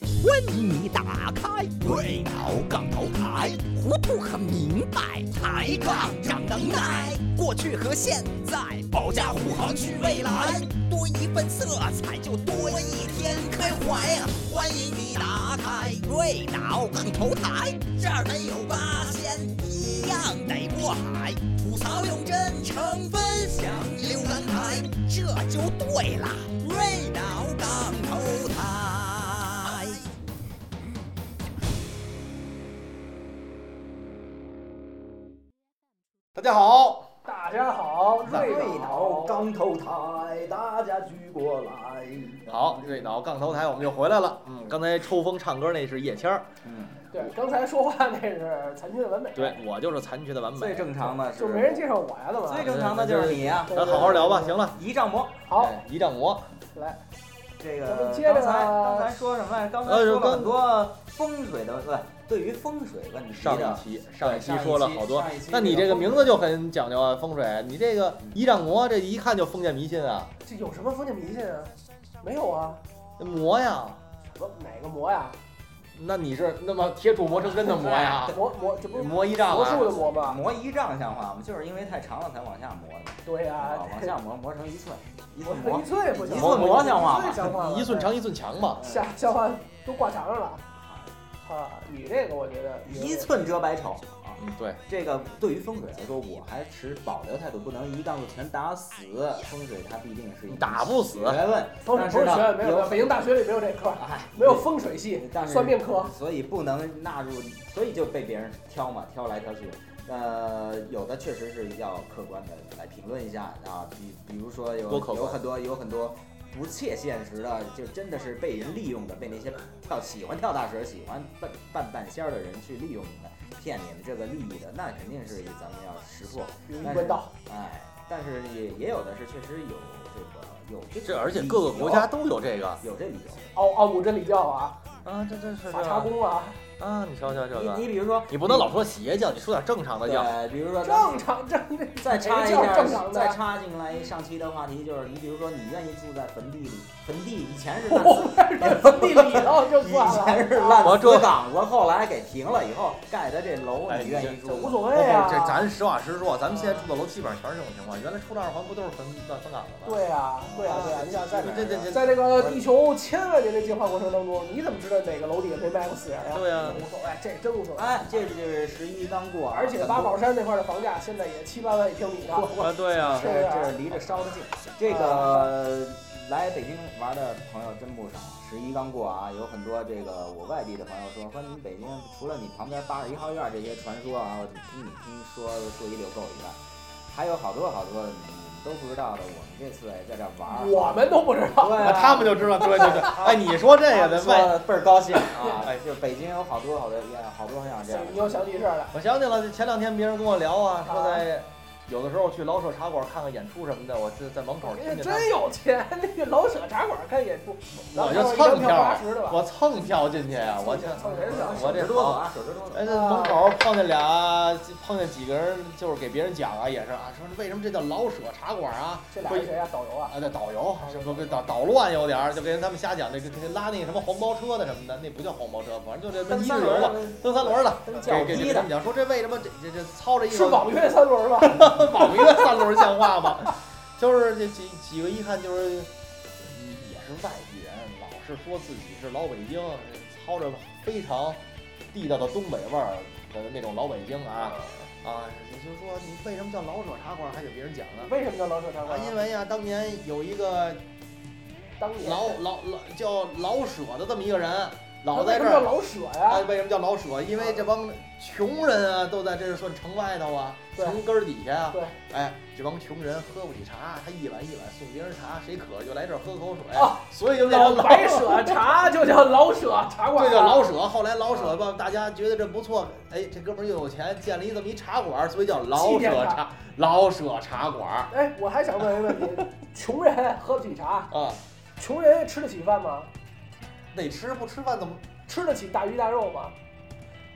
欢迎你打开鬼脑杠头台，糊涂很明白，抬杠长能耐。过去和现在，保驾护航去未来。多一份色彩，就多一天开怀呀！欢迎你打开鬼脑杠头台，这儿没有八仙，一样得过海。吐槽用真诚，分享留蓝台，这就对啦。瑞脑杠头台。大家好，大家好，瑞瑞导头刚头台，大家聚过来。好，瑞脑杠头台我们就回来了。嗯，刚才抽风唱歌那是叶谦儿，嗯，对，刚才说话那是残缺的完美，对，我就是残缺的完最美。正常的是就没人介绍我呀，怎么？最正常的就是你啊呀、咱好好聊吧，行了。仪仗魔。好，哎，仪仗魔，来，这咱个们接着刚才刚才说什么来着？刚才呃说刚了很多风水的问，对于风水问题上的一。期上一期上一期说了好多上一期，那你这这个个名字就很讲究啊，风水。你这个仪仗魔，这一看就封建迷信啊，这有什么封建迷信啊？没有啊，那魔呀。什么哪个魔呀？那你是那么铁杵磨成针的磨 呀？魔魔，这不是磨仪仗魔术的啊？魔吗？磨仪仗像话吗？就是因为太长了才往下磨的，对呀啊，往下磨磨成一寸，一寸我磨一。寸也不一行，寸魔像话吗一寸像话吗？一寸长一寸强嘛。下下话都挂墙上了。啊，你这个我觉得一寸遮百丑啊！嗯，对，这个对于风水来说，我还持保留态度，不能一杠子全打死。风水它必定是一打不死学问，风水不但是是学呢院，没有，没有北京大学里没有这科，哎，没有风水系，但是算命科。所以不能纳入，所以就被别人挑嘛，挑来挑去。呃，有的确实是要客观的来评论一下啊，比比如说有多客观有很多有很多不切现实的，就真的是被人利用的，被那些跳喜欢跳大神、喜欢扮扮半仙儿的人去利用你们、骗你们这个利益的，那肯定是咱们要识破。有一但关是道，哎，但是也也有的是确实有这个有这个这而且理各个国家由都有这个有这理由。奥奥姆真理教啊，啊，这这是法查功啊，啊，你瞧瞧这你个，你比如说，你不能老说邪教，你说点正常的教。对，比如说咱正们常正常。再插哎一下，这是正常的再插进来上期的话题就是，你比如说你愿意住在坟地里，坟地以前是烂我死，坟地里然后就 以算了，啊前是烂我住死岗子，后来给平了以后盖的这楼，哎你愿意住这无吗？所谓不不，啊。哦这咱实话实说，咱们现在住的楼基本上全是这种情况。原来出了二环不都是坟乱坟岗的吗？对啊，对啊，对啊！你想在这这这在这个地球千万年的进化过程当中，你怎么知道哪个楼底下没埋过死人啊？对啊无所谓，这真无所谓。哎，这就是十一刚过，而且八宝山那块的房价现在也七八万一平米呢。嗯啊，对呀、这这离着烧的近。这个来北京玩的朋友真不少，十一刚过啊，有很多这个我外地的朋友说，说你北京除了你旁边八十一号院这些传说啊，我听你听说说一溜够以外，还有好多好多你们都不知道的。我们这次在这玩儿，我们都不知道，对、啊，他们就知道，对对对。哎，你说这个的咱外，倍儿高兴啊！就是北京有好多好多好多像这样。 你又想起事儿来。我想起了，前两天别人跟我聊啊，说在有的时候去老舍茶馆看看演出什么的，我就在门口听人家见他们真有钱，那个老舍茶馆看演出，我然就后一蹭张票票八儿，十的吧，我蹭票进去啊，我这蹭人票。我手这指哆嗦啊，手指哆嗦。哎，这门口碰见俩，碰见几个人，就是给别人讲啊，也是啊，说为什么这叫老舍茶馆啊？这俩是谁啊？导游啊？啊，这导游什么给捣捣乱有点儿，就跟他们瞎讲，这个这拉那个什么黄包车的什么的，那不叫黄包车，反正就这蹬一三日轮游吧，的，蹬三轮儿的，蹬脚给给踢给的他们。讲说这为什么这这这操着一是个网约三轮吧？ 网约三轮儿像话吗？ 就是这几几个一看就是也是外地人，老是说自己是老北京，操着非常地道的东北味儿的那种老北京啊。啊，也就是说你为什么叫老舍茶馆，还给别人讲呢？为什么叫老舍茶啊馆，啊？因为呀，当年有一个当年老老老叫老舍的这么一个人，老在为什这么叫儿。老舍啊，呀？为什么叫老舍？因为这帮穷人啊，都在这儿算城外头啊，对城根儿底下啊。对，哎，这帮穷人喝不起茶，他一碗一碗送别人茶，谁渴就来这儿喝口水，啊所以就变老成白舍啊茶就叫老舍茶馆，这叫老舍。后来老嗯舍吧，大家觉得这不错，哎，这哥们儿又有钱，建了一这么一茶馆，所以叫老纪念舍他茶老舍茶馆儿哎，我还想问一个问题：穷人喝不起茶，啊。穷人吃得起饭吗？得吃不吃饭怎么？吃得起大鱼大肉吗？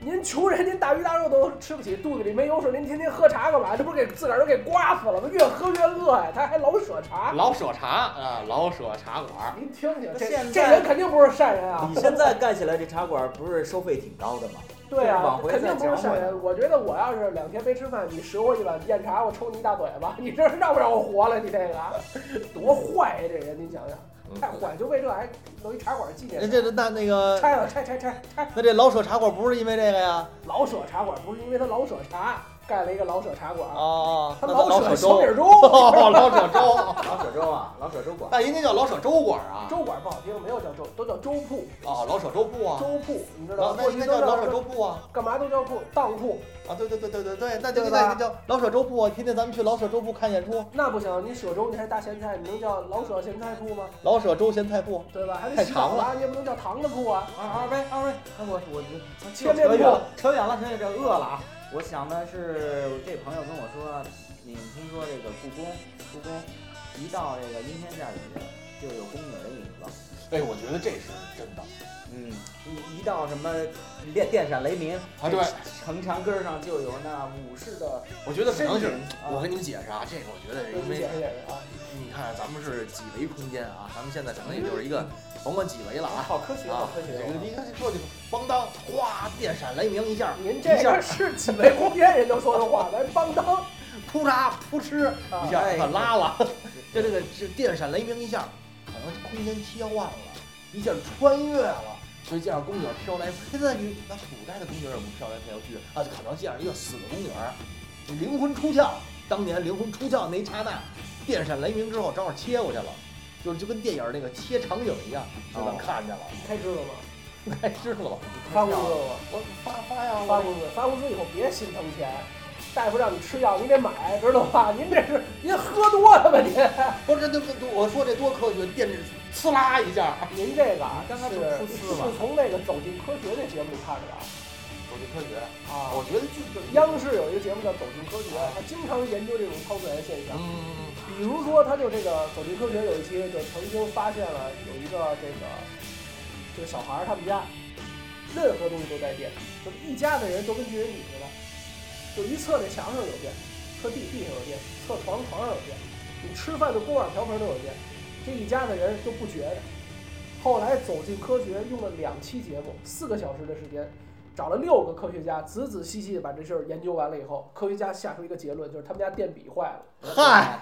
您穷人，您大鱼大肉都吃不起，肚子里没油水，您天天喝茶干嘛？这不是给自个儿都给刮死了吗？越喝越饿呀、他还老舍茶。老舍茶啊，老舍茶馆。您听听，那这现这在人肯定不是善人啊你！现在干起来，这茶馆不是收费挺高的吗？对这啊往，回肯定再不是讲善人。我觉得我要是两天没吃饭，你折我一碗燕茶，我抽你一大嘴巴，你这是让不让我活了？你这 个多坏呀、啊这人，您想嗯想，太坏，就为这还弄一茶馆纪念那他。这那那个，拆了，拆拆拆拆！那这老舍茶馆不是因为这个呀？老舍茶馆不是因为他老舍茶盖了一个老舍茶馆，哦，他那老舍小粥米，粥，哦，老舍粥，老舍粥啊，老舍粥馆。那应该叫老舍粥馆啊。粥馆不好听，没有叫粥，都叫粥铺，哦，老舍粥铺啊，粥铺，你知老道吗？那过应去该都叫叫老舍粥铺啊。干嘛都叫铺，当铺啊，对对对对对对，那就对吧那就叫老舍粥铺啊！天天咱们去老舍粥铺看演出，那不行，你舍粥你还是大咸菜，你能叫老舍咸菜铺吗？老舍粥咸菜铺。对吧？还得太洗澡长啊，你也不能叫糖的铺啊。二二位，二位，哎我我这切面扯远铺了，扯远了，扯远了，饿了啊！我想的是，这朋友跟我说，你们听说这个故宫，故宫一到这个阴天下雨，就有宫女的影子。哎，我觉得这是真的。嗯，一一到什么电电闪雷鸣啊对，城墙根儿上就有那武士的我觉得可能是身影，啊我跟你们解释啊，这个我觉得给因你为解释解释啊，你看咱们是几维空间啊，咱们现在可能也就是一个，甭管几维了啊。好科学，好啊科，学。你看这说就咣当，哗，电闪雷鸣一下，您这个是几位空间人都说的话，咱帮当啊扑嚓扑哧一下哎可拉了，这这个这电闪雷鸣一下，可能空间切换了，一下穿越了。所以见着宫女儿飘来，现在你那古代的宫女儿也不飘来飘去啊，就可能见着一个死的宫女儿，灵魂出窍。当年灵魂出窍那一刹那，电闪雷鸣之后正好切过去了，就是就跟电影那个切场景一样，就能哦看见了。开支了吗？哎，知道了吧？发工资了吗？我发发呀，发我工资，发工资以后别心疼钱，大夫让你吃药你得买，知道吧？您这是您喝多 了吧您？不是这啊这我说这多科学，电刺啦一下。您这个啊，刚才是不是出丝吗是从那个《走进科学》那节目里看的啊。我是科学，啊我觉得就是央视有一个节目叫《走进科学》，它经常研究这种超自然现象。嗯，比如说，它就这个《走进科学》有一期就曾经发现了有一个这个这个小孩儿他们家任何东西都带电，就是一家的人都跟巨人体似的，就一侧那墙上有电，侧地地上有电，侧床床上有电，你吃饭的锅碗瓢盆都有电，这一家的人都不觉着。后来《走进科学》用了两期节目，四个小时的时间，找了六个科学家，仔仔细细的把这事儿研究完了以后，科学家下出一个结论，就是他们家电笔坏了。 嗨，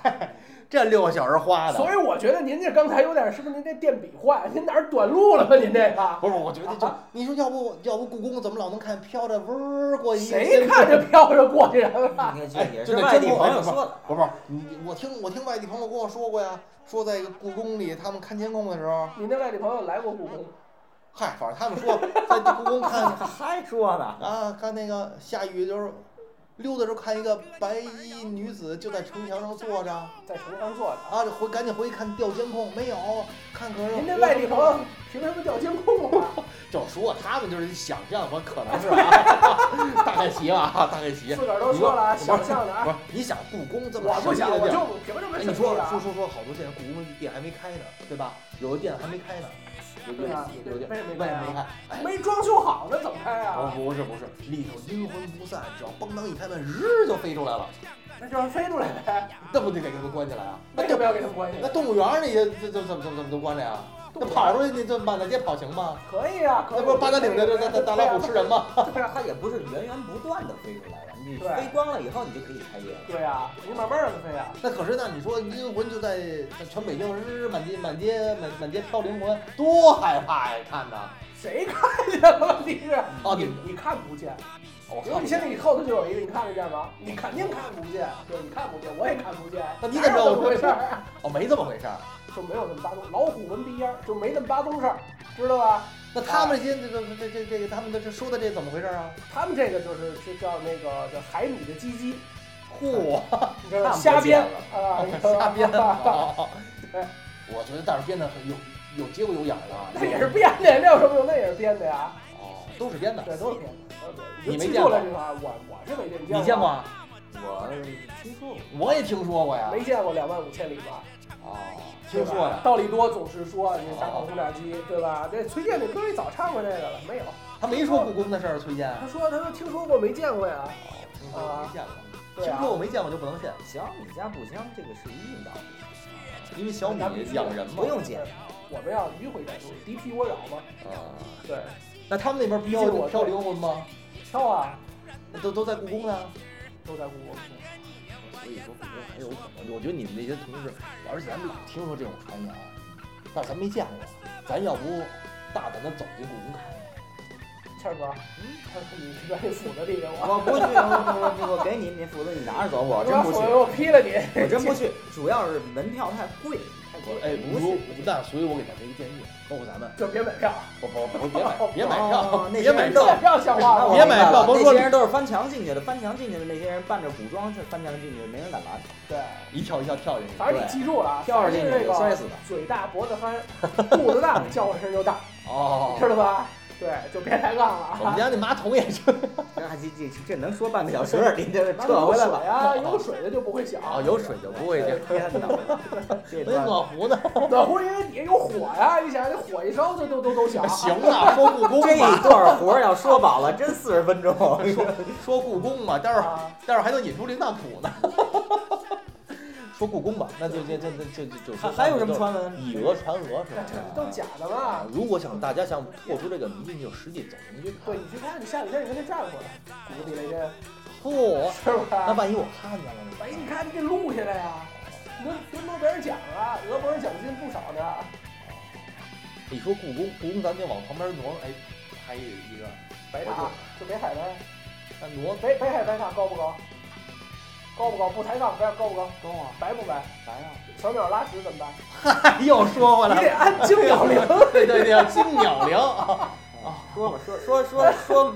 这六个小时花的，所以我觉得您这刚才有点，是不是您这电笔坏？您哪儿短路了吧？您这个不是，我觉得就啊你说要不要不故宫怎么老能看飘着嗡儿过一个谁看着飘着过去人啊了？你看这哎也就是那外地真不朋友不是说的。不是不是，你我听我听外地朋友跟我说过呀，说在故宫里他们看监控的时候，你那外地朋友来过故宫，嗨，反正他们说在故宫看 还说呢？啊，看那个下雨就是溜达时候看一个白衣女子就在城墙上坐着啊，在城上坐着。就回赶紧回去看调监控，没有，看可是您这外地朋友凭什么调监控啊？就说他们就是想象和可能是啊， 大概齐吧啊，大概齐。自个儿都说了啊，你说想象的不啊，是，你想故宫这么我不神想，秘的我地儿就凭什么哎想你说这个啊说说说，好多现在故宫的店还没开呢，对吧？有的店还没开呢，有的对啊有的有的为什么没外开啊面没开。哎，没装修好呢，怎么开哦，啊？不是不是，里头阴魂不散，只要咣当一开门，日就飞出来了，那就让飞出来呗。那不得给他们关起来啊？那为什就么要给他们关起那来？动物园儿里这这怎么怎么怎么都关着呀？那动物园跑出去，你这满大街跑行吗？可以啊，可以那不是八达岭的这这这大老虎吃人吗？它也不是源源不断的飞出来的，你对飞光了以后，你就可以开业了。对啊，你慢慢让它飞啊。那可是，那你说阴魂就在在全北京，日满街满街满满街飘灵魂，多害怕呀！看着，谁看见了？ 问题是，哦，你你看不见。哦我如果你现在你后头就有一个，你看得见吗？你肯定看不见，对，你看不见，我也看不见。那你怎么知道哪有这么回事儿？哦，没这么回事儿。就没有那么巴东，老虎闻鼻烟儿，就没那么巴东事儿，知道吧？那他们这些这个这这这个他们这这说的这怎么回事 啊？他们这个就是这叫那个叫海米的鸡鸡， 嚯，你知道吗看瞎不见编了啊，你知道哦瞎吧编哦的。对哎我觉得但是编的很有有节骨有眼儿的。啊那也是编的，那有什么用？那也是编的呀，哦，都是编的。对，都是编的。都是编的你没就记见住过了这话，我我是没见过，你见过？啊？我听说过，我也听说过呀。没见过两万五千里吧？啊、啊，对听吧说的。道理多总是说，你打跑轰炸机，对吧？这崔健那歌里早唱过这个了，没有？他没说故宫的事儿，崔健。他说他说听说过没见过呀，听说我没见过，对哦啊听说我没见过就不能信，小米加不香，这个是一定道理，因为小米养人嘛不。用解释。我们要迂回战术，敌疲我扰嘛。啊，对，那他们那边毕竟漂我漂流魂吗？挑啊，那都都在故宫呢。都在故宫。所以说故宫很有可能。我觉得你们那些同事，而且咱们老听说这种传言，但是咱没见过。咱要不大胆的走进故宫看看？倩儿哥，倩儿哥，你这边斧子递给我， 我不去，我我我给你，你斧子你拿着走，我我真把不斧去子，我劈了你。我真不去。主要是门票太贵，太贵。哎，不不去如，但所以我给大家一建议，包括咱们，就别买票，不不不，别买别买哦票，那别些买人别都票买。票像话吗？那我别明白买票了甭那说些人都是翻墙进去的，翻墙进去的那些人扮着古装去翻墙进去的，没人敢 拦。对，一跳一跳跳进去，反正你记住了啊，跳上进去凡是这就个摔死的。嘴大脖子憨，肚子大，叫唤声就大，哦知道吧？对，就别抬杠了我们啊。家那马桶也是，这还这这这能说半个小 时？你这拿撤回来水吧。 啊，有水的就不会响。啊，有水就不会 这样。天 哪，这那段暖壶呢？暖壶因为底下有火呀，你想这火一烧就都都都 响。行啊，说故宫这一吧，段活儿要说饱了，真四十分钟。 说故宫嘛，待会儿啊，待会儿还能引出林大谱呢。 说故宫吧，那就这这这这这就还还有什么传闻？以讹传讹是那吧？这不都假的吗？啊如果想大家想破除这个迷信，就实际走进去看对，。你去看，你下雨天你跟他转过来，鼓个地雷针，嚯，是那吧？万一我看见了呢？哎，你看你给录下来呀，能能诺贝尔奖啊，俄国人奖金不少呢。你说故宫，故宫咱就往旁边挪，哎，拍一个，北塔啊就北海呗，那挪北北海白塔高不高？高不高？不抬杠，白高不高？高啊，白不白？白啊！小鸟拉屎怎么办？ 又说回你来得了，按金鸟铃。对对对，金鸟铃啊，说吧，说说说说，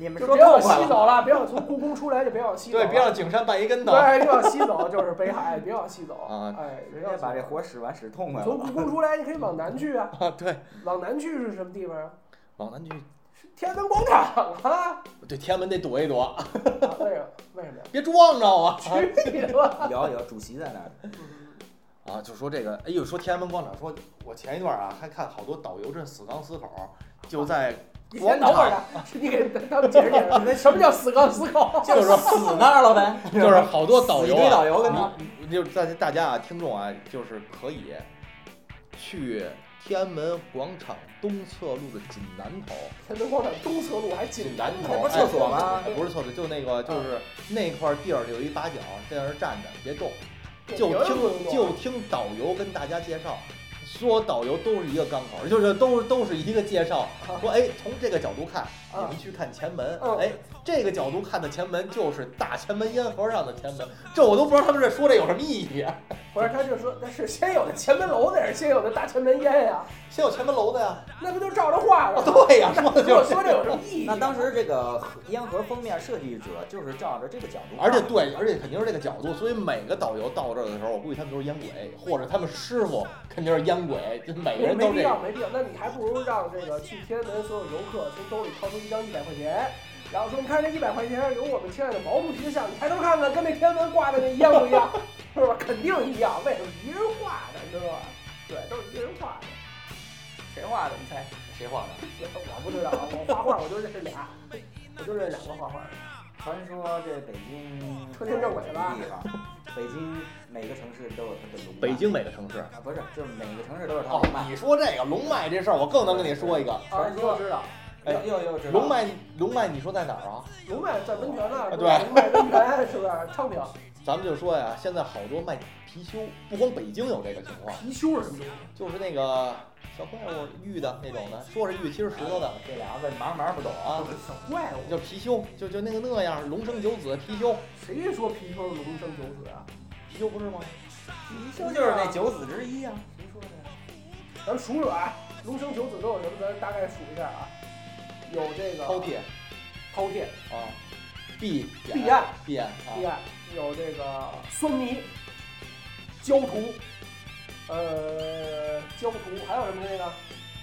你们就说别痛往快西了。走了，别往从故宫出来就别往西走了。对，别让景山绊一跟头。对，别往西走就是北海，别往西走。啊哎，直别接往西把这走活使完使痛快从了。故宫出来，你可以往南去啊。啊，对，往南去是什么地方啊？往南去，是天安门广场啊。对，天安门得躲一躲，啊为什么？为什么呀？ 别撞着我啊！去你的吧！聊一聊，主席在那儿。啊，就说这个，哎呦，说天安门广场，说我前一段啊还看好多导游这死钢死口，就在你广先等会儿场，啊，你给他们解释解释，什么叫死杠死 口？ 就 是死那儿了呗，就是 好多导游死一堆啊，导游跟他。你就是大家大家啊，听众啊，就是可以去天安门广场东侧路的准南头，天安门广场东侧路还紧南那头不是厕所吗？不是厕所，就那个就是那块地儿有一八角，在那儿站着，别动。就有人不能听动就听导游跟大家介绍，说导游都是一个钢口，就是都是都是一个介绍，啊说哎从这个角度看，你啊们去看前门嗯，哎这个角度看的前门就是大前门烟盒上的前门，这我都不知道他们这说这有什么意义。啊不是，他就说那是先有的前门楼那是先有的大前门烟呀，先有前门楼的呀，那不就照着画啊的吗？对呀，说的跟就我是说。这有什么意义？ 啊那当时这个烟盒封面设计者就是照着这个角度，而且对，而且肯定是这个角度，所以每个导游到这儿的时候，我估计他们都是烟鬼，或者他们师傅肯定是烟鬼，就每个人没都必这样。要，没必要。那你还不如让这个去天安门所有游客从兜里掏出一张一百块钱，然后说：“你看这一百块钱有我们亲爱的毛主席的像，你抬头看看，跟那天安门挂的那一样不一样？ 是吧？肯定一样，为什么一人画的，知道吧？对，都是一人画的。谁画的？你猜？ 谁画的？我不知道，啊我画画我就认识俩，我就认识两个画画的。传说这北京车天正轨吧地方，北京每个城市都有它的龙脉。北京每个城市。啊，不是，就是每个城市都有它的龙哦，脉。你说这个龙脉这事儿，我更能跟你说一个。啊，传你就说知道，哎又又又知道龙脉，龙脉，你说在哪儿啊？龙脉在温泉那啊儿，对龙脉温泉是不是？昌平咱们就说呀，现在好多卖貔貅，不光北京有这个情况，貔貅是什么东西？就是那个小怪物玉的那种的，说是玉，其实石头的这俩问忙忙不懂啊，啊。小怪物。就貔貅，就就那个那样，龙生九子，貔貅，谁说貔貅是龙生九子啊？貔貅不是吗？嗯貔不就是那九子之一啊？谁说的呀？咱数数啊，龙生九子都有什么？咱大概数一下啊。有这个饕餮饕餮、啊，闭闭眼、闭眼对啊，吧？有这个酸泥、焦图，呃，焦图还有什么那个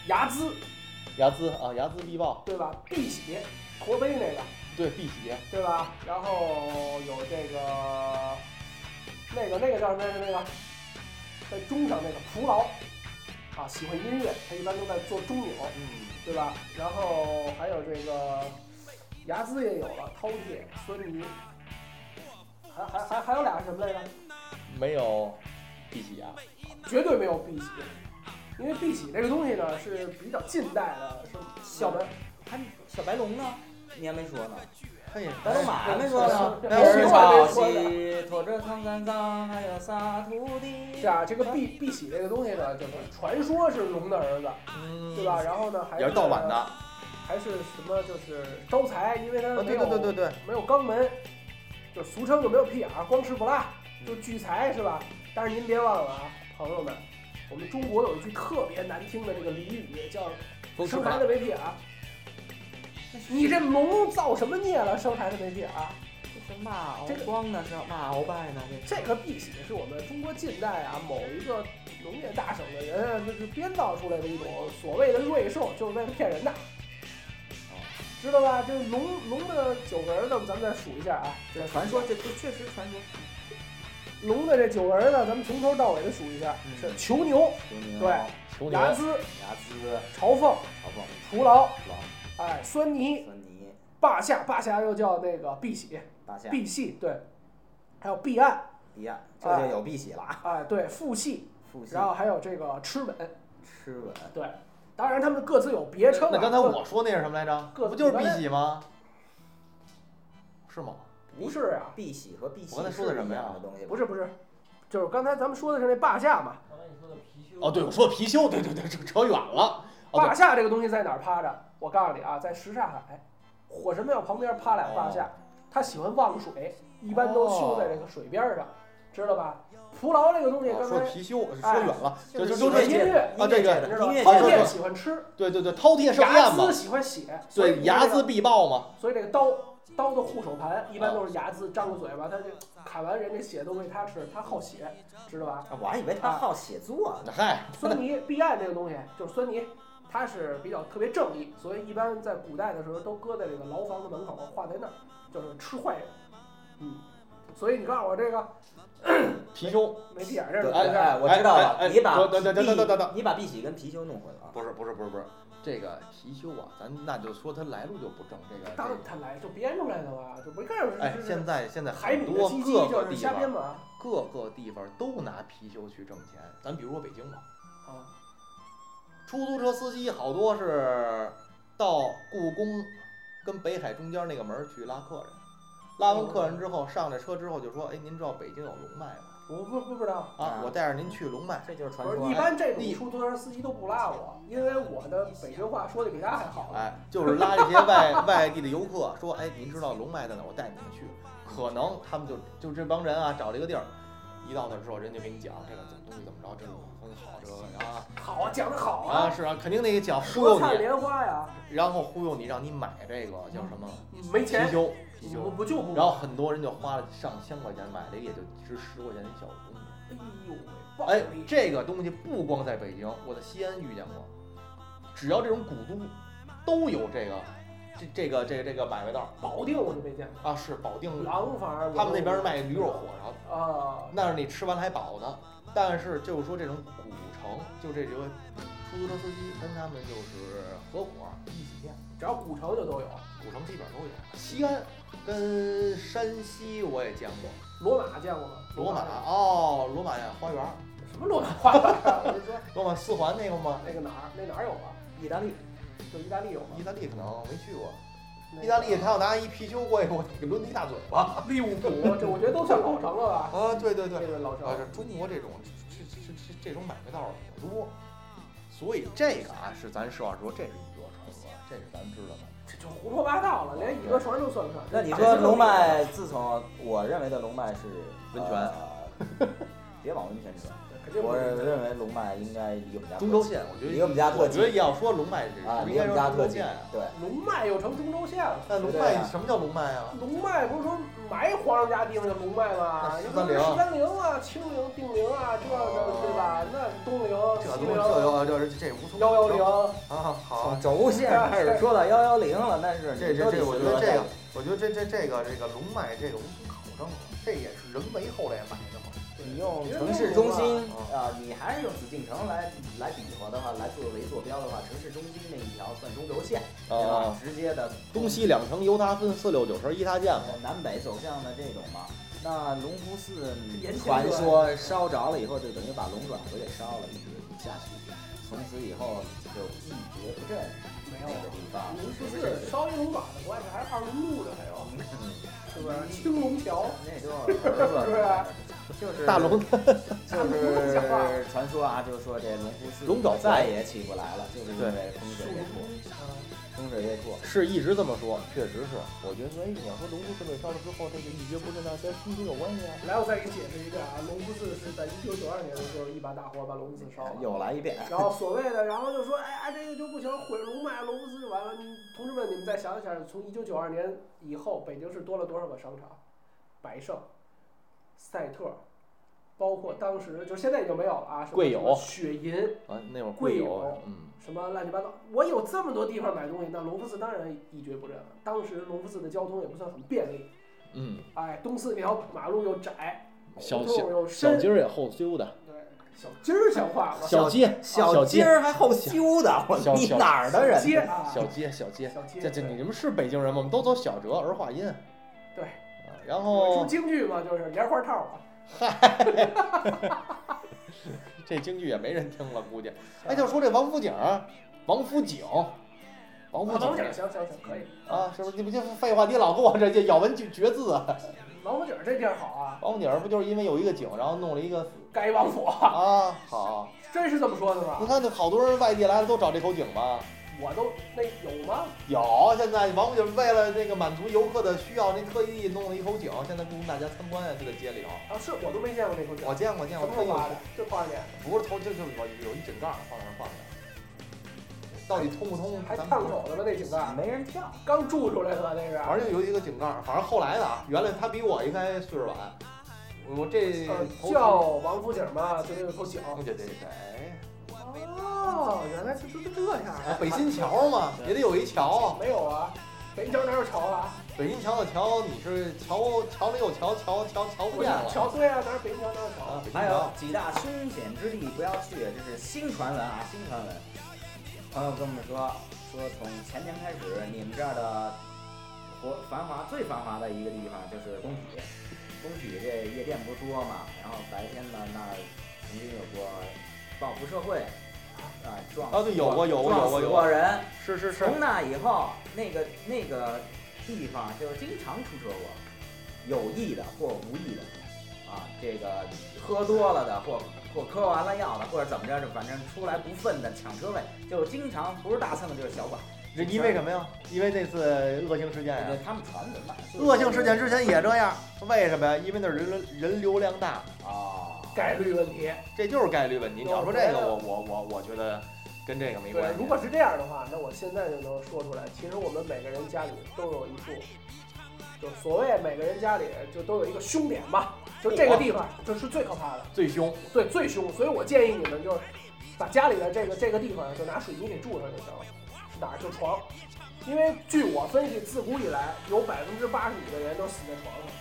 睚眦，睚眦啊，睚眦必报，对吧？碧血、驼背那个，对，辟邪对吧？然后有这个那个那个叫什么来着？那个在钟上那个蒲牢，啊，喜欢音乐，他一般都在做钟钮，嗯，对吧？然后还有这个雅姿也有了，饕餮、孙尼，还还还还有俩是什么来着？没有碧玺啊，绝对没有碧玺，因为碧玺这个东西呢是比较近代的，是小白还小白龙呢？你还没说呢，他也白龙马还没说呢。那哎我是是朝说的。夕，驮着苍山桑，还有仨徒弟。是啊，这个碧碧玺这个东西呢，就是传说是龙的儿子，嗯对吧？然后呢，还也是盗版的。啊，还是什么就是招财，因为他没啊对有、对对对对，没有肛门，就俗称就没有屁眼儿，光吃不拉，就聚财是吧？但是您别忘了啊，朋友们，我们中国有一句特别难听的这个俚语叫“生孩子没屁眼儿”，你这龙造什么孽了？生孩子没屁眼儿？这是骂敖这个光呢，是骂鳌拜呢，这这个碧玺是我们中国近代啊某一个农业大省的人啊，就是编造出来的一种所谓的瑞兽，就是为了骗人的，哦知道吧？就是龙龙的九个儿子，咱们再数一下啊。这传说，这这确实传说。龙的这九个儿子，咱们从头到尾的数一下，嗯是囚牛、对穷牙年资、牙资、朝凤、朝凤、蒲牢，王哎，酸泥、孙尼、霸下，霸下又叫那个碧玺、大夏、碧玺，对，还有碧岸，迪亚，这就有碧玺了啊！哎，对，父系，复兴然后还有这个螭吻，吃吻，对，当然他们各自有别称啊。那刚才各我说那是什么来着？各不就是碧玺吗？是吗？不是啊，碧玺和碧玺我刚才说的是什一么呀样的东西吧，不是不是，就是刚才咱们说的是那霸下嘛，刚才你说的貔貅哦，对，我说貔貅，对对对，扯扯远了。哦霸下这个东西在哪儿趴着？我告诉你啊，在什刹海，火神庙旁边趴俩霸哦下，他喜欢望水，一般都修在这个水边上，知道吧？蒲牢这个东西，对，刚哦说才貔貅，说哎远了，就就就是就喜欢这音音乐，啊这个界的知道吧音乐好界对饕餮对的喜欢吃，对对对，饕餮盛睚宴嘛眦，喜欢血，所以对，睚眦这个，必报嘛，所以这个刀刀的护手盘一啊般都是睚眦，张个嘴巴，他就砍完人家血都给他吃，他好血，知道吧？啊我还以为他好写作呢。嗨，孙尼避案这个东西，就是孙尼，他是比较特别正义，所以一般在古代的时候都搁在这个牢房的门口，画在那儿，就是吃坏人。嗯，所以你告诉我这个貔貅没屁眼儿这是对怎么回事儿？哎，我知道哎哎了，你把等等等等等等等碧，你把碧玺跟貔貅弄啊混了。不是不是不是不是，这个貔貅啊，咱那就说它来路就不正，这个。这当个然他来就编出来的吧，就没干哎，是现在现在海很米的多鸡鸡各就个是地瞎编方嘛各个地方都拿貔貅去挣钱，咱比如说北京吧，啊，出租车司机好多是到故宫跟北海中间那个门儿去拉客人，拉完客人之后上了车之后就说，哎，您知道北京有龙脉吗？我不不知道。啊啊，我带着您去龙脉。这就是传不是说一。般这种哎你出租车司机都不拉我，因为我的北京话说的比他还好。哎，就是拉这些外 外地的游客，说，哎，您知道龙脉在哪儿？我带你们去。可能他们就就这帮人啊，找了一个地儿，一到那儿之后，人就给你讲这个怎么东西怎么着，这个很好，这个啊好啊，讲的好啊啊，是啊，肯定那个讲忽舌悠灿你，莲花呀，然后忽悠你让你买这个叫什么没貔嗯钱，貅，貔我貅。不就不嗯然后很多人就花了上千块钱买了一个也就值十块钱的小东西。哎呦喂，暴哎力，！这个东西不光在北京，我在西安遇见过，只要这种古都，都有这个，这这个这个这个买卖道儿保定我就没见过，啊，是保定廊坊儿我他们那边儿卖驴肉火烧，啊，那是你吃完了还饱呢。但是就是说这种古城，就这几个出租车司机跟他们就是合伙一起建，只要古城就都有，古城基本上都有。西安跟山西我也见过，罗马见过吗？罗马哦，罗马花园，什么罗马花园儿？我就 说罗马四环那个吗？那个哪儿那哪儿有啊？意大利，就意大利有吗意？大利可能没去过，那个意大利他要拿一貔貅过去，我给抡他一大嘴巴。 利物浦，这我觉得都算老城了吧？啊，对对这对，个老城啊，这中国这种这这这这这种买卖道儿挺多，所以这个啊是咱实话说，这是一个传说，这是咱知道的。这就胡说八道了，连以讹传都算不上。那你说龙脉，自从我认为的龙脉是温泉泉，别往温泉扯。肯定不我是认为龙脉应该离我们家中轴线，我觉得离我们家特我觉得近要说龙脉这啊，是不是离应我该们家说中轴特近线啊。。对，龙脉又成中轴线了。但龙对脉啊什么叫龙脉啊？龙脉不是说埋皇上家地方叫龙脉那吗？你十不三是陵十三陵啊、清陵、定陵啊，这个对吧？那东陵、这西东西陵、这有这这这无从幺幺零啊，好从，轴线开始说到幺幺零了，但是这你这都这，得我觉得说这到个，我觉得这这这个这个龙脉这个无从考证了，这也是人为后来买的嘛。你用其实城没市有中文化心啊啊，你还是用紫禁城来来比划的话，来作为坐标的话，城市中心那一条算中轴线，对吧？啊，直接的东西两城由它分，四六九十一它见嘛。呃南北走向的这种嘛。那龙福寺沿线传段说烧着了以后，就等于把龙转回给烧了，一直下去。从此以后就一蹶不振没那有个地方，龙福也不寺是烧一龙岗的，关键还是二龙路的，还有是不是青龙桥？那都是儿子， 就是大龙就是传说啊，就是说这龙福寺龙爪再也起不来了，就是因为风水被破，风水被破。是一直这么说，确实是。我觉得，所以你要说龙珠是被烧了之后，这个一蹶不振，那跟风水有关系啊。来，我再给你解释一遍啊，龙福寺是在一九九二年的时候，一把大火把龙福寺烧了。又来一遍，然后所谓的，然后就说，哎呀，这个就不行，毁龙脉，龙福寺就完了。你同志们，你们再想一想，从一九九二年以后，北京市多了多少个商场？百盛、赛特，包括当时就是现在已经没有了啊，什么贵友什么雪银，啊，那会儿贵有友，嗯，什么乱七八糟。我有这么多地方买东西，那龙福寺当然一蹶不振了。当时龙福寺的交通也不算很便利，嗯，哎，东四那条马路又窄，小胡同又小深，鸡儿也后修的，对，小鸡儿像话吗？小鸡，小鸡鸡，儿还后修的，我小你小哪儿的人？街啊，小鸡，小鸡。小街，这这，你们是北京人吗？我们都走小折儿化音。对啊。然出后，京剧嘛，就是莲花套嘛。 这京剧也没人听了，估计。哎，就说这王府井儿，王府井，王王府井府井，行行行，可以。啊，是不是？你不就废话，你老跟我这这咬文嚼嚼字啊。王府井这地儿好啊，王府井儿不就是因为有一个井，然后弄了一个该王府，啊？好，真是这么说的你吗？看，这好多人外地来了都找这口井吧？我都那有吗？有，现在王府井为了这个满足游客的需要，那特意弄了一口井，现在供大家参观啊，就在街里头。啊，是我都没见过那口井我，见过，见什过，么特时候意挖的？这多少年？不是头，就就是有有一井盖儿放那儿放着，到底通不通？还咱们烫不知道手的吗？那井盖嗯没人跳，刚铸出来的那是。反正有一个井盖儿，反正后来的啊，原来他比我应该岁数晚，我这呃头叫王府井嘛，就那个口井。就得哎，哦，原来是都是这样啊！北新桥嘛，也得有一桥。没有啊，北京桥哪有桥啊？北新桥的桥，你是桥桥里有桥，桥桥桥不见了。桥对啊，哪有北京桥哪有桥啊啊？，北京还有桥几大凶险之地不要去，这是新传闻啊，新传闻。朋友跟我们说，说从前年开始，你们这儿的活繁华最繁华的一个地方就是工体，工体这夜店不说嘛，然后白天呢那儿曾经有过报复社会，啊撞啊对有过有过撞有过死有过人，是是是，从那以后，那个那个地方就是经常出车祸，有意的或无意的，啊，这个喝多了的或或嗑完了药的，或者怎么着，反正出来不忿的抢车位，就经常不是大蹭就是小剐。这因为什么呀？因为那次恶性事件哎呀、对他们传闻嘛，就是恶性事件之前也这样，为什么呀？因为那儿人流人流量大，啊，概率问题。这就是概率问题。你要说这个，我我我我觉得跟这个没关对系，。如果是这样的话，那我现在就能说出来。其实我们每个人家里都有一处，就所谓每个人家里就都有一个凶点吧，就这个地哦方就是最可怕的，最凶，对，最凶。所以我建议你们就是把家里的这个这个地方就拿水泥给住上就行了，哪儿就床，因为据我分析，自古以来有百分之八十五的人都死在床上。嗯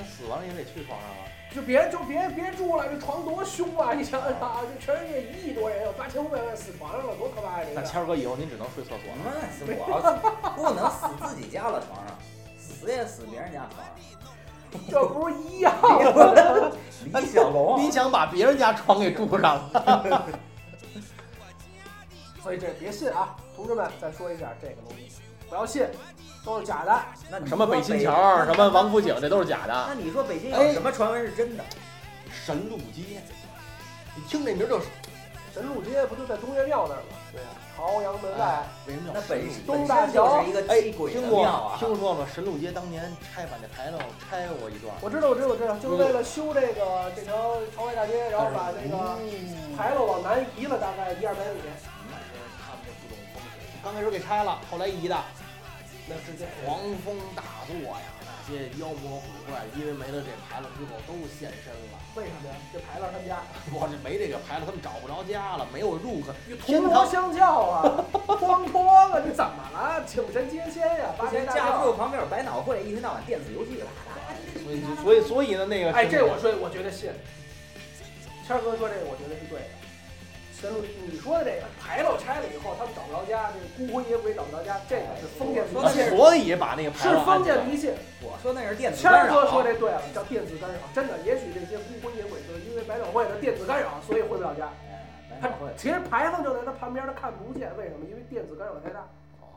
那死完了也得去床上啊。就别就别别住了，这床多凶啊！你想想啊，这全世界一亿多人，有八千五百万死床上了，多可怕呀！这那啊个。谦儿哥以后您只能睡厕所我了。们死我不能死自己家了床上，死也死别人家床上。这不是一样？哎李小龙，你想把别人家床给住上了？ 所以这别信啊，同志们，再说一下这个东西，不要信，都是假的。那你什么说北新桥，什么王府井，这都是假的。那你说北京哎有什么传闻是真的？神鹿街，你听这名儿就是。神鹿街不就在东岳庙那儿吗？对呀、朝阳门外。啊为什么那叫神北鹿街？东东大大桥桥是一个哎，踢鬼的听庙过啊，听说了，神鹿街当年拆把那牌楼拆过一段。我知道，我知道，我知道，就是为了修这个这条朝外大街，然后把这个嗯牌楼往南移了大概一二百米，他们就不懂风水。刚开始给拆了，后来移的，那是这狂风大作呀，那些妖魔鬼怪，因为没了这牌楼之后都现身了。 为什么呀？这牌楼他们家我这没这个牌楼，他们找不着家了，没有入口。铜锣相叫啊， 哐哐啊，你怎么了？请神接仙呀、八之仙前大架子轿。旁边有百脑汇，一天到晚电子游戏，所以就所以所以呢， 那个哎，这我说我觉得信。谦儿哥说这个，我觉得是对的。神路，你说的这个牌楼拆了以后，他们找不着家，这个孤魂野鬼找不着家，这个是封建迷哎我信，啊所以把那个牌是楼封安起来建迷信。我说那是电子谦干儿扰。啊哥说这对了，啊叫电子干扰。真的，也许这些孤魂野鬼就是因为百老汇的电子干扰，所以回不了家。哎，他百老汇其实牌坊就在他旁边，他看不见，为什么？因为电子干扰太大。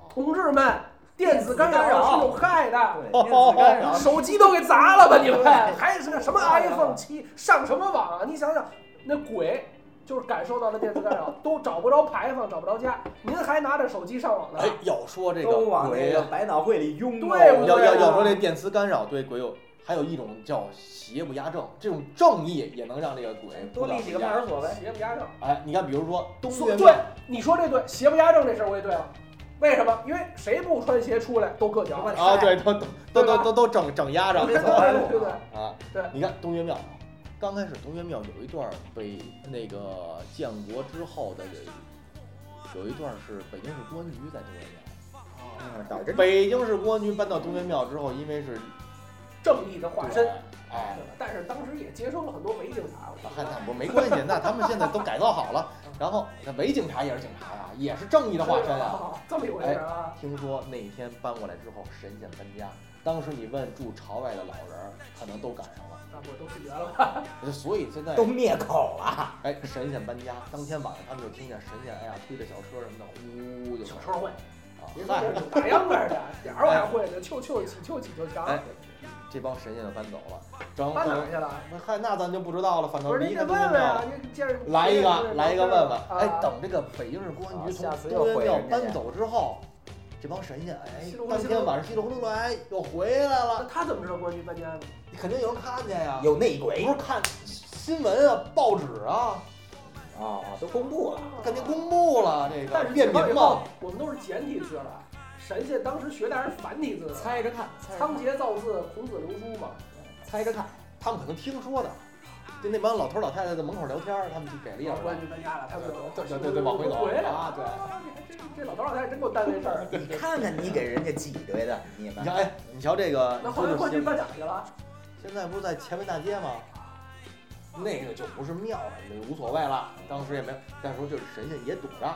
同志们，电子干扰是有害的，对，哦电子干扰，手机都给砸了吧你们对？还是个什么 iPhone 七，上什么网啊？你想想，那鬼就是感受到了电子干扰，都找不着牌坊，找不着家，您还拿着手机上网呢哎？，要说这都个往那鬼个啊，百脑汇里拥哦。对我要要要说对这啊电磁干扰对鬼有，还有一种叫邪不压正，这种正义也能让这个鬼哎多立几个派出所呗。邪不压正。哎，你看，比如说东说岳对庙，，你说这对，邪不压正这事儿我也对了。为什么？因为谁不穿鞋出来都硌脚。我啊，晒对，都都都都都都整整压着对对对对，啊。对你看东岳庙，啊刚开始东岳庙有一段北那个建国之后的有一段是北京市公安局在东岳庙，嗯导致北京市公安局搬到东岳庙之后，因为是正义的化身。，哎，但是当时也接收了很多伪警察。我那那我没关系，那他们现在都改造好了，然后那伪警察也是警察呀，也是正义的化身呀。哦这么一回事啊！听说那一天搬过来之后，神仙搬家。当时你问住朝外的老人儿，可能都赶上了。那我都拒绝了。呃所以现在都灭口了。 哎，神仙搬家当天晚上，他们就听见神仙哎呀推着小车什么的，呜呜就小车会，啊别，说嗨，这打秧歌的，点儿我还会呢，就就起就起就强。哎这帮神仙就搬走了。张搬哪儿衡，去了？嗨，那咱就不知道了，反不正是，离你开得东岳问问庙啊了。！你接着来一个，来一个问问。哎，啊等这个北京市公安局从啊下次又东岳回庙人家去搬走之后，这帮神仙哎稀里，糊涂当天晚上稀里糊涂的哎又回来那了，他怎么知道公安局搬家呢？肯定有人看见呀。有内不鬼是看新闻啊、报纸啊，啊，都公布了，肯定公布了这个但是便解放以民后嘛。，我们都是简体字了。神仙当时学的还是繁体字呢，猜着看，猜着仓看颉造字，孔子留书嘛。猜着看。他们可能听说的，就那帮老头老太太在门口聊天，他们去给力了。公安局搬家了，他们就对对对对往回走回来啊对啊这这老头老太太真够单位事儿。你看看你给人家挤兑的，你你们看，哎，你瞧这个，那说后来这公安局现搬哪去了？现在不是在前门大街吗？那个就不是庙了，那就无所谓了。当时也没有，但是说就是神仙也懂着，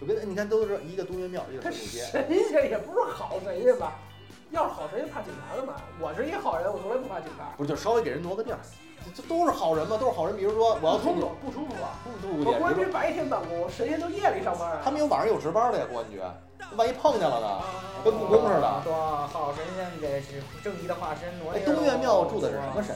就跟哎你看都是一个东岳庙，一个他水陆街。神仙也不是好神仙吧？要是好神仙怕警察干嘛？我是一好人，我从来不怕警察。不是，就稍微给人挪个地儿，这这都是好人嘛，都是好人。比如说，我要不推冲你，突，不冲突啊！不不不我公安局不，白天办公，神仙都夜里上班啊。他们有晚上有值班的呀，公安局，万一碰见了呢？跟故宫似的。哦说好神仙给是正义的化身，挪哎，地儿东岳庙住的是了什么神？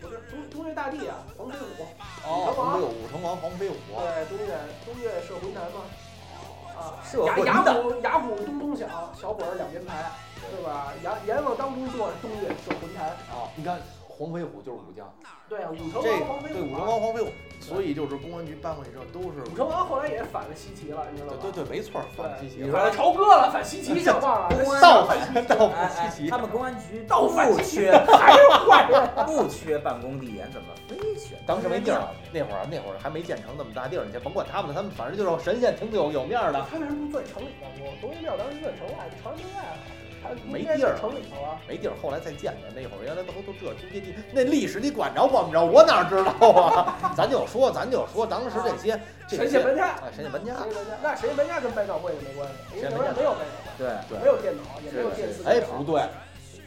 不是东东岳大帝啊，黄飞虎。哦，黄飞虎，武成王黄飞虎。对，东岳东岳摄魂坛嘛，啊，摄雅魂雅的鼓雅鼓咚咚响，小本儿两边排，对吧？阎阎王当初坐东岳摄魂坛，啊，你看黄飞虎就是武将，对啊，武这成对武王黄飞虎成啊，王黄飞虎，所以就是公安局搬过去之后都是武成王后来也反了西岐了，你知道吗？对对对，没错，反西你岐说反了朝歌了，反西岐想忘了，公 安倒反反倒哎反西哎，岐他。们公安局倒反不 缺还是坏 人。不缺办公地点，怎么非选？当时没地儿， 那会儿那会儿还没建成那么大地儿，你先甭管他们了，他们反正就是神仙挺有有面儿的。他为什么不在城里办公？东岳庙当时在城外，朝阳外啊，他没应该地儿在城里头啊。没地儿，后来再建的。那会儿原来都都这租界地，那历史你管着管不着，我哪知道啊？ 咱就说，咱就说当时这些这神些仙搬家，啊啊，神仙搬家。神仙搬家，那神仙搬家跟百脑汇也没关系，因为那时候没有百脑汇，对，对没有电脑，啊也没有电视。哎，不对，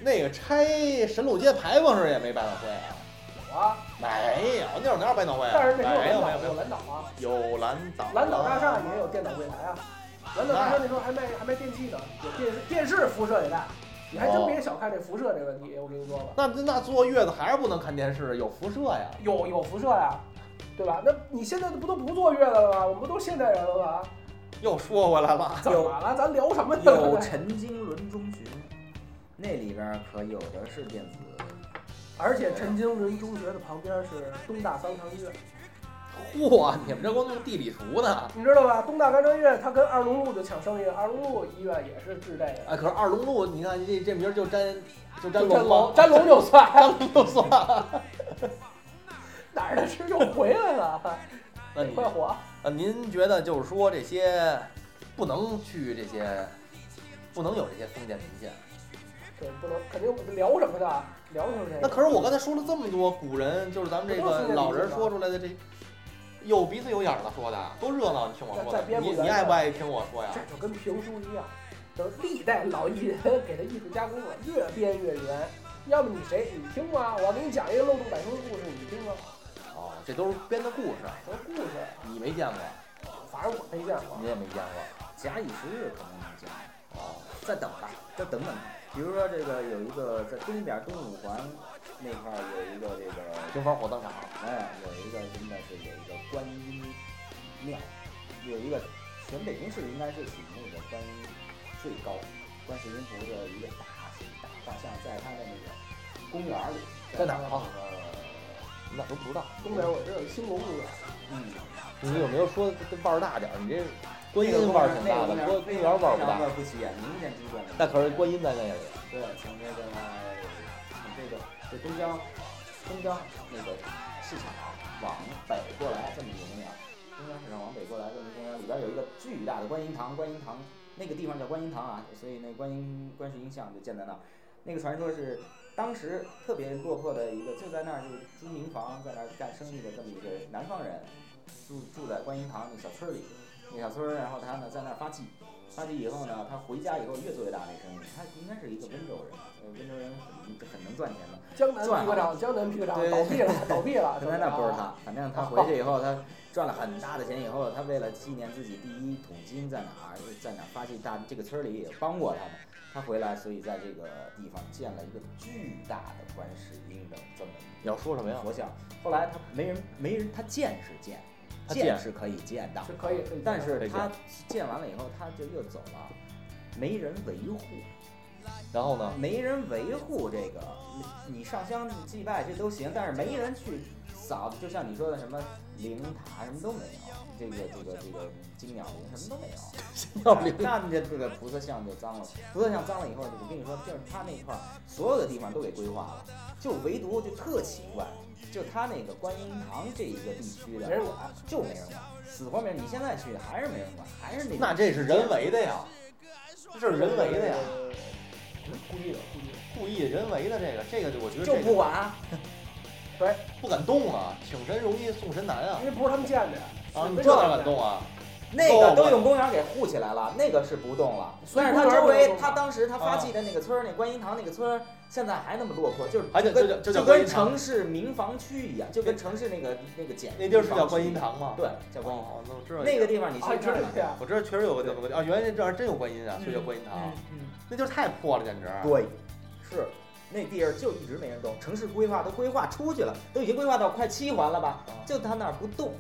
那个拆神鲁街牌坊时候也没百脑汇啊，啊，没有，哎那会儿哪有百脑汇啊？但是那时没有候没有有蓝没岛，有有，蓝岛啊，有蓝岛，蓝岛大厦也有电脑柜台啊。蓝岛大厦那时候还卖还卖电器呢，有电视电视辐射也大。你还哦真别小看这辐射这问题，我跟你说吧，那那坐月子还是不能看电视，有辐射呀。有有辐射呀、对吧？那你现在不都不坐月子了吗？我们不都现代人了吗？又说回来了，怎么了？咱聊什么呢？ 有陈经纶中学，那里边儿可有的是电子。而且陈经纶中学的旁边是东大肛肠医院，嚯，你们这光弄地理图呢？你知道吧？东大肛肠医院它跟二龙路就抢生意，二龙路医院也是治这个的。哎，可是二龙路，你看这这名儿就沾就沾就龙吗？粘啊龙就 算，沾龙就算了。哪儿的事又回来了， 那你快活。呃，您觉得就是说这些不能去这些，不能有这些封建迷信，对，不能肯定聊什么的，聊什么这个。那可是我刚才说了这么多古人，就是咱们这个老人说出来的这，有鼻子有眼儿的说的，多热闹！你听我说在的在编，你不你在爱不爱听我说呀这？就跟评书一样，就是历代老艺人 给他艺术加工了，越编越圆。要么你谁你听吗？我给你讲一个漏洞百出的故事，你听吗？哦，这都是编的故事，什么故事？啊你没见过，反正我没见过。你也没见过。假以时日可能能讲，哦，再等吧，再等等。比如说这个有一个在东边东五环那块儿有一个这个平房火葬场，哎，有一个真的是有一个观音庙，有一个全北京市应该是属于那个观音最高观世音菩萨的一个大大画像，在他的那个公园里，在哪儿它啊那个你俩都不知道。东北我这有新龙啊公园，嗯，你有没有说腕儿大点儿？你这观那个音公腕儿园挺大的，那观个公园腕儿不非常的大。不起眼，明显出现的。那可是观音在那里，对，从这个从这个这东郊东郊那个市场往北过来这么一个公园，东郊市场往北过来这么一个公园，里边有一个巨大的观音堂，观音堂那个地方叫观音堂啊，所以那观音观世音像就建在那儿。那个传说是当时特别落魄的一个，就在那儿就是租民房，在那儿干生意的这么一个南方人，住住在观音堂那小村儿里，那小村儿，然后他呢在那儿发迹，发迹以后呢，他回家以后越做越大那生意，他应该是一个温州人，呃，温州人很很能赚钱的，江南皮革啊厂，江南皮革厂倒闭了，倒闭 了。啊可能那不是他，反正他回去以后，他赚了很大的钱以后，他为了纪念自己第一桶金在哪儿，在哪儿发迹，大这个村儿里也帮过他们。他回来，所以在这个地方建了一个巨大的观世音的这么你要说什么一个呀？佛像。后来他没人没人，他建是建，他建建是可以建的，是可以，可以。但是对他建完了以后，他就又走了，没人维护，然后呢？没人维护这个，你你上香祭拜这都行，但是没人去扫，就像你说的什么灵塔什么都没有，这个这个这个金鸟灵什 么都没有。要不你那你这这个菩萨像就脏了，菩萨像脏了以后，我跟你说，就是他那块儿所有的地方都给规划了，就唯独就特奇怪，就他那个观音堂这一个地区的没人管，就没人管，死活没人。你现在去还是没人管，还是那种那这是人为的呀，这是人为的呀，故意的，故意的。故意人为的这个，这个就我觉得就这个不管，不敢动啊，请神容易送神难啊因。为不是他们建的呀。哦啊，是你温这州哪建敢的动啊？那个都用公园给护起来了，那个是不动了。所以但是他公园周不能围动，他当时他发迹的那个村儿，那观音堂那个村儿，现在还那么落魄，就是还得就叫就就叫跟观音堂，城市民房区一样，就跟城市那个那个简那地儿是叫观音，堂吗？对，叫观音堂。哦，那我知道那个地方你啊，去你知看道了这样。我知道确实有个这么个啊，原来这儿真有观音啊，所以叫观音堂，那地儿太破了，简直。对，是那地儿就一直没人动，城市规划都规划出去了，都已经规划到快七环了吧，啊就他那儿不动，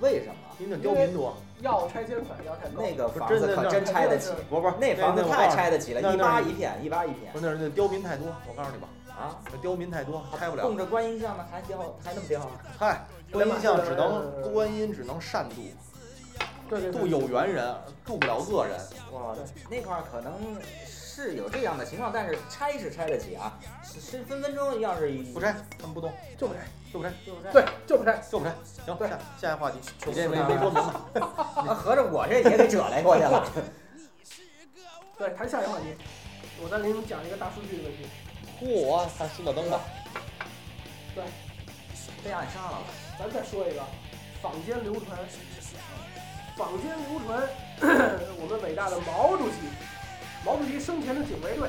为什么？民政刁民多，要拆迁款，要拆购。那个房不子是可那真拆得起，不是不是那房子我太告诉拆得起那了，一那八一片，一八一片你不是那是那刁民太多，我告诉你吧，啊！那刁民太多，拆不了。供着观音像呢，还雕，还那么雕啊，嗨，观音像只能观音只能善度，对对对度有缘人，度不了恶人。哇，那块儿可能是有这样的情况，但是拆是拆得起啊，是是分分钟要是不拆，他们不动，就不拆，就不拆，就不拆对，就不拆。就不拆。行，下下一个话题，你这没穷死他没了说明白。啊，合着我这也给折来过去了。对，谈下一个话题。我再给你们讲一个大数据的问题。 嚯，看孙晓灯吧，被暗杀了。咱再说一个，坊间流传，坊间流传， 我们伟大的毛主席，毛主席生前的警卫队，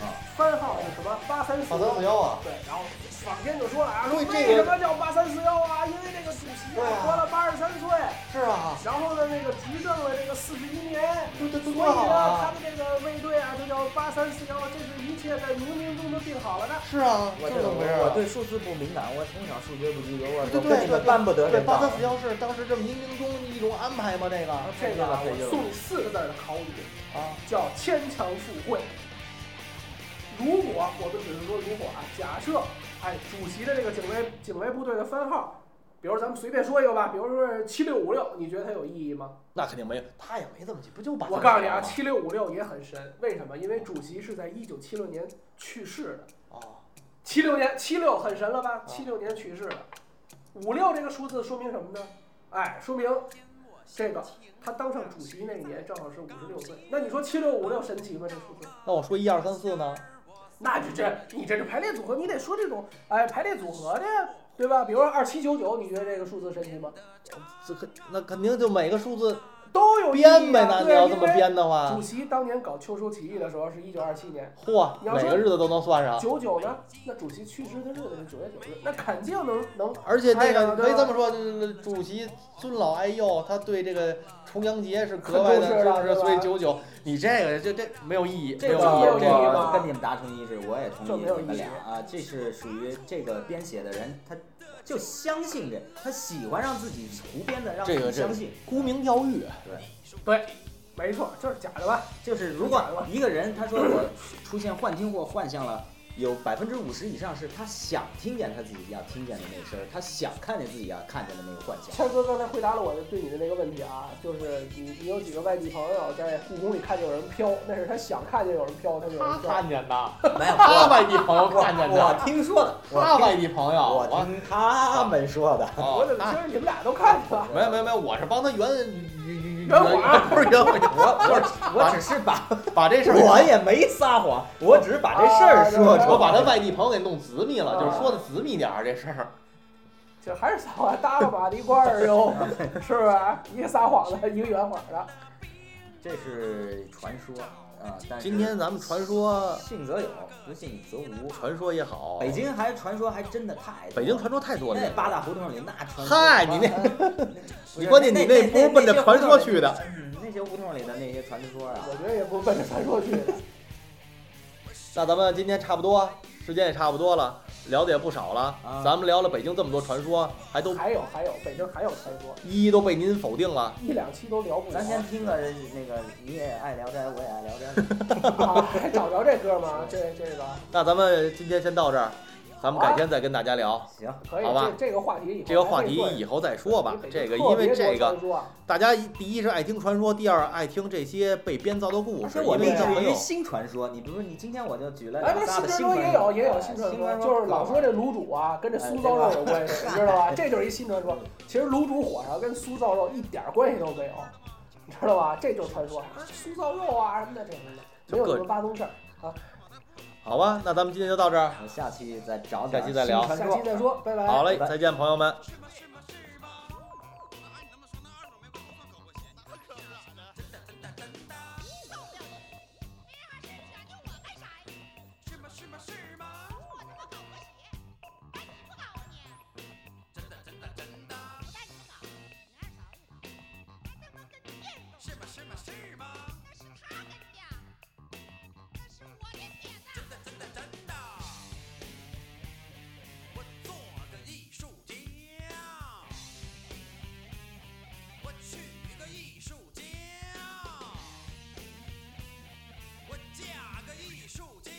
啊，番号是什么？八三四看三幺四。幺啊，对，然后坊间就说了啊，对说这为个什么叫八三四幺啊？因为这个主席对啊活了八十三岁，是啊，然后呢，那个执政了这个四十一年。这这所以多好呢，他啊！们这个卫队啊，就叫八三四幺，这是一切在冥冥中都定好了的。是啊，我就这这个么回事我儿我啊。对数字不敏感，我从小数学不及格，我对我对跟你们搬不得对这八道三。四幺是当时这冥冥中一种安排吗？这个啊，这个啊，这个我送你四个字儿的考语，叫牵强附会。如果我们只是说如果啊，假设，哎，主席的这个警卫警卫部队的番号，比如咱们随便说一个吧，比如说七六五六，你觉得它有意义吗？那肯定没有，他也没这么记，不就把我告诉 你啊，七六五六也很神，为什么？因为主席是在一九七六年去世的，哦，七六年七六很神了啊吧？七六年去世的，五六这个数字说明什么呢？哎，说明这个他当上主席那一年正好是五十六岁。那你说七六五六神奇吗？这数字？那我说一二三四呢？那你这你这是排列组合，你得说这种哎排列组合的呀，对吧？比如说二七九九，你觉得这个数字神奇吗？这肯那肯定就每个数字都有意义啊编呗，那你对啊要这么因为编的话主，席当年搞秋收起义的时候是一九二七年，嚯，你要说每个日子都能算上。九九呢？那主席去世的日子是九月九日，那肯定能能而且那哎呀个对吧没这么说，就是主席尊老爱幼，他对这个重阳节是格很外重的视重的视，对吧所以九九，你这个这这没有意义，没这有个意义没有这意个义我吧跟你们达成一致，我也同这意没有你们意义俩啊，这是属于这个编写的人，他就相信这，他喜欢让自己胡编的，让自这己个相信。沽名钓誉，啊对，没错，就是假的吧？就是如果一个人他说我出现幻听或幻象了，有百分之五十以上是他想听见他自己要听见的那声儿，他想看见自己要看见的那个幻象。谦哥刚才回答了我的对你的那个问题啊，就是你你有几个外地朋友在故宫里看见有人飘，那是他想看见有人飘，他就有他人飘。看见的，没有，他外地朋友 我看见我的，听说的，他我外地朋友，听我听他们说的。我哦怎么那听着你们俩都看见了？没有没有没有，我是帮他圆圆圆谎不是圆谎， 我我我只是把把这事儿 我也没撒谎，我只是把这事儿说出来。我把他外地朋友给弄紫密了，啊就是说的紫密点儿这事儿。这还是撒谎搭了马一块儿 哟，是不是？一个撒谎的，一个圆谎的。这是传说啊，但是今天咱们传说，信则有，不信则无。传说也好，北京还传说还真的太多了北京传说太多了那。八大胡同里那传说，嗨你那那你关键你那不是奔着传说去的，嗯那些胡同里的那些传说啊，我觉得也不奔着传说去的。那咱们今天差不多，时间也差不多了，聊的也不少了啊。咱们聊了北京这么多传说，还都还有还有，北京还有传说，一一都被您否定了。一两期都聊不完。咱先听个那个，你也爱聊斋，我也爱聊斋。啊，还找着这歌吗？这这个那咱们今天先到这儿，咱们改天再跟大家聊。 行，可以，好吧这这个话题以后这个话题还会以后再说吧做。这个北京因哎特为别多这个传说啊大家一第一是爱听传说，第二爱听这些被编造的故而事，且因我为立这志很于有新传说，你比如说你今天我就举了哎，不两是大的新新哎传说也有，也有新传新说，传就是老说这这卤煮啊，跟这苏造肉有关系，你知道吧？这就是一新传说。其实卤煮火烧跟苏造肉一点关系都没有，你知道吧？这就是传说啊，苏造肉啊什么的，这个没有什么八宗事儿。好吧？那咱们今天就到这儿，我下期再下找点期新再聊传下说期再说，拜拜。好嘞，拜拜再见，朋友们。我做个艺术家，我娶个艺术家，我嫁个艺术家，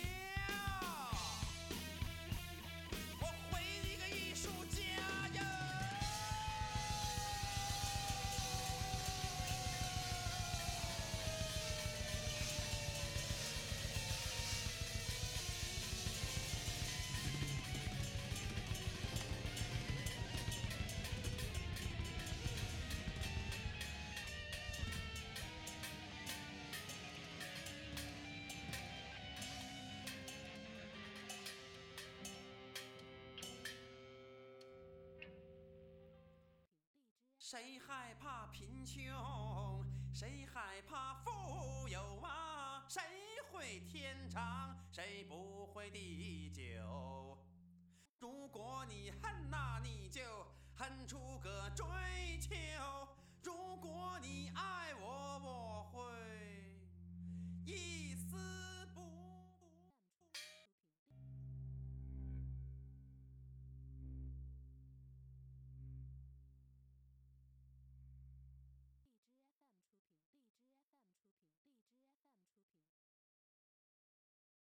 我回一个艺术家呀。谁害怕贫穷？谁害怕富有啊？谁会天长？谁不会地久？如果你恨呐，你就恨出个追求；如果你爱我，我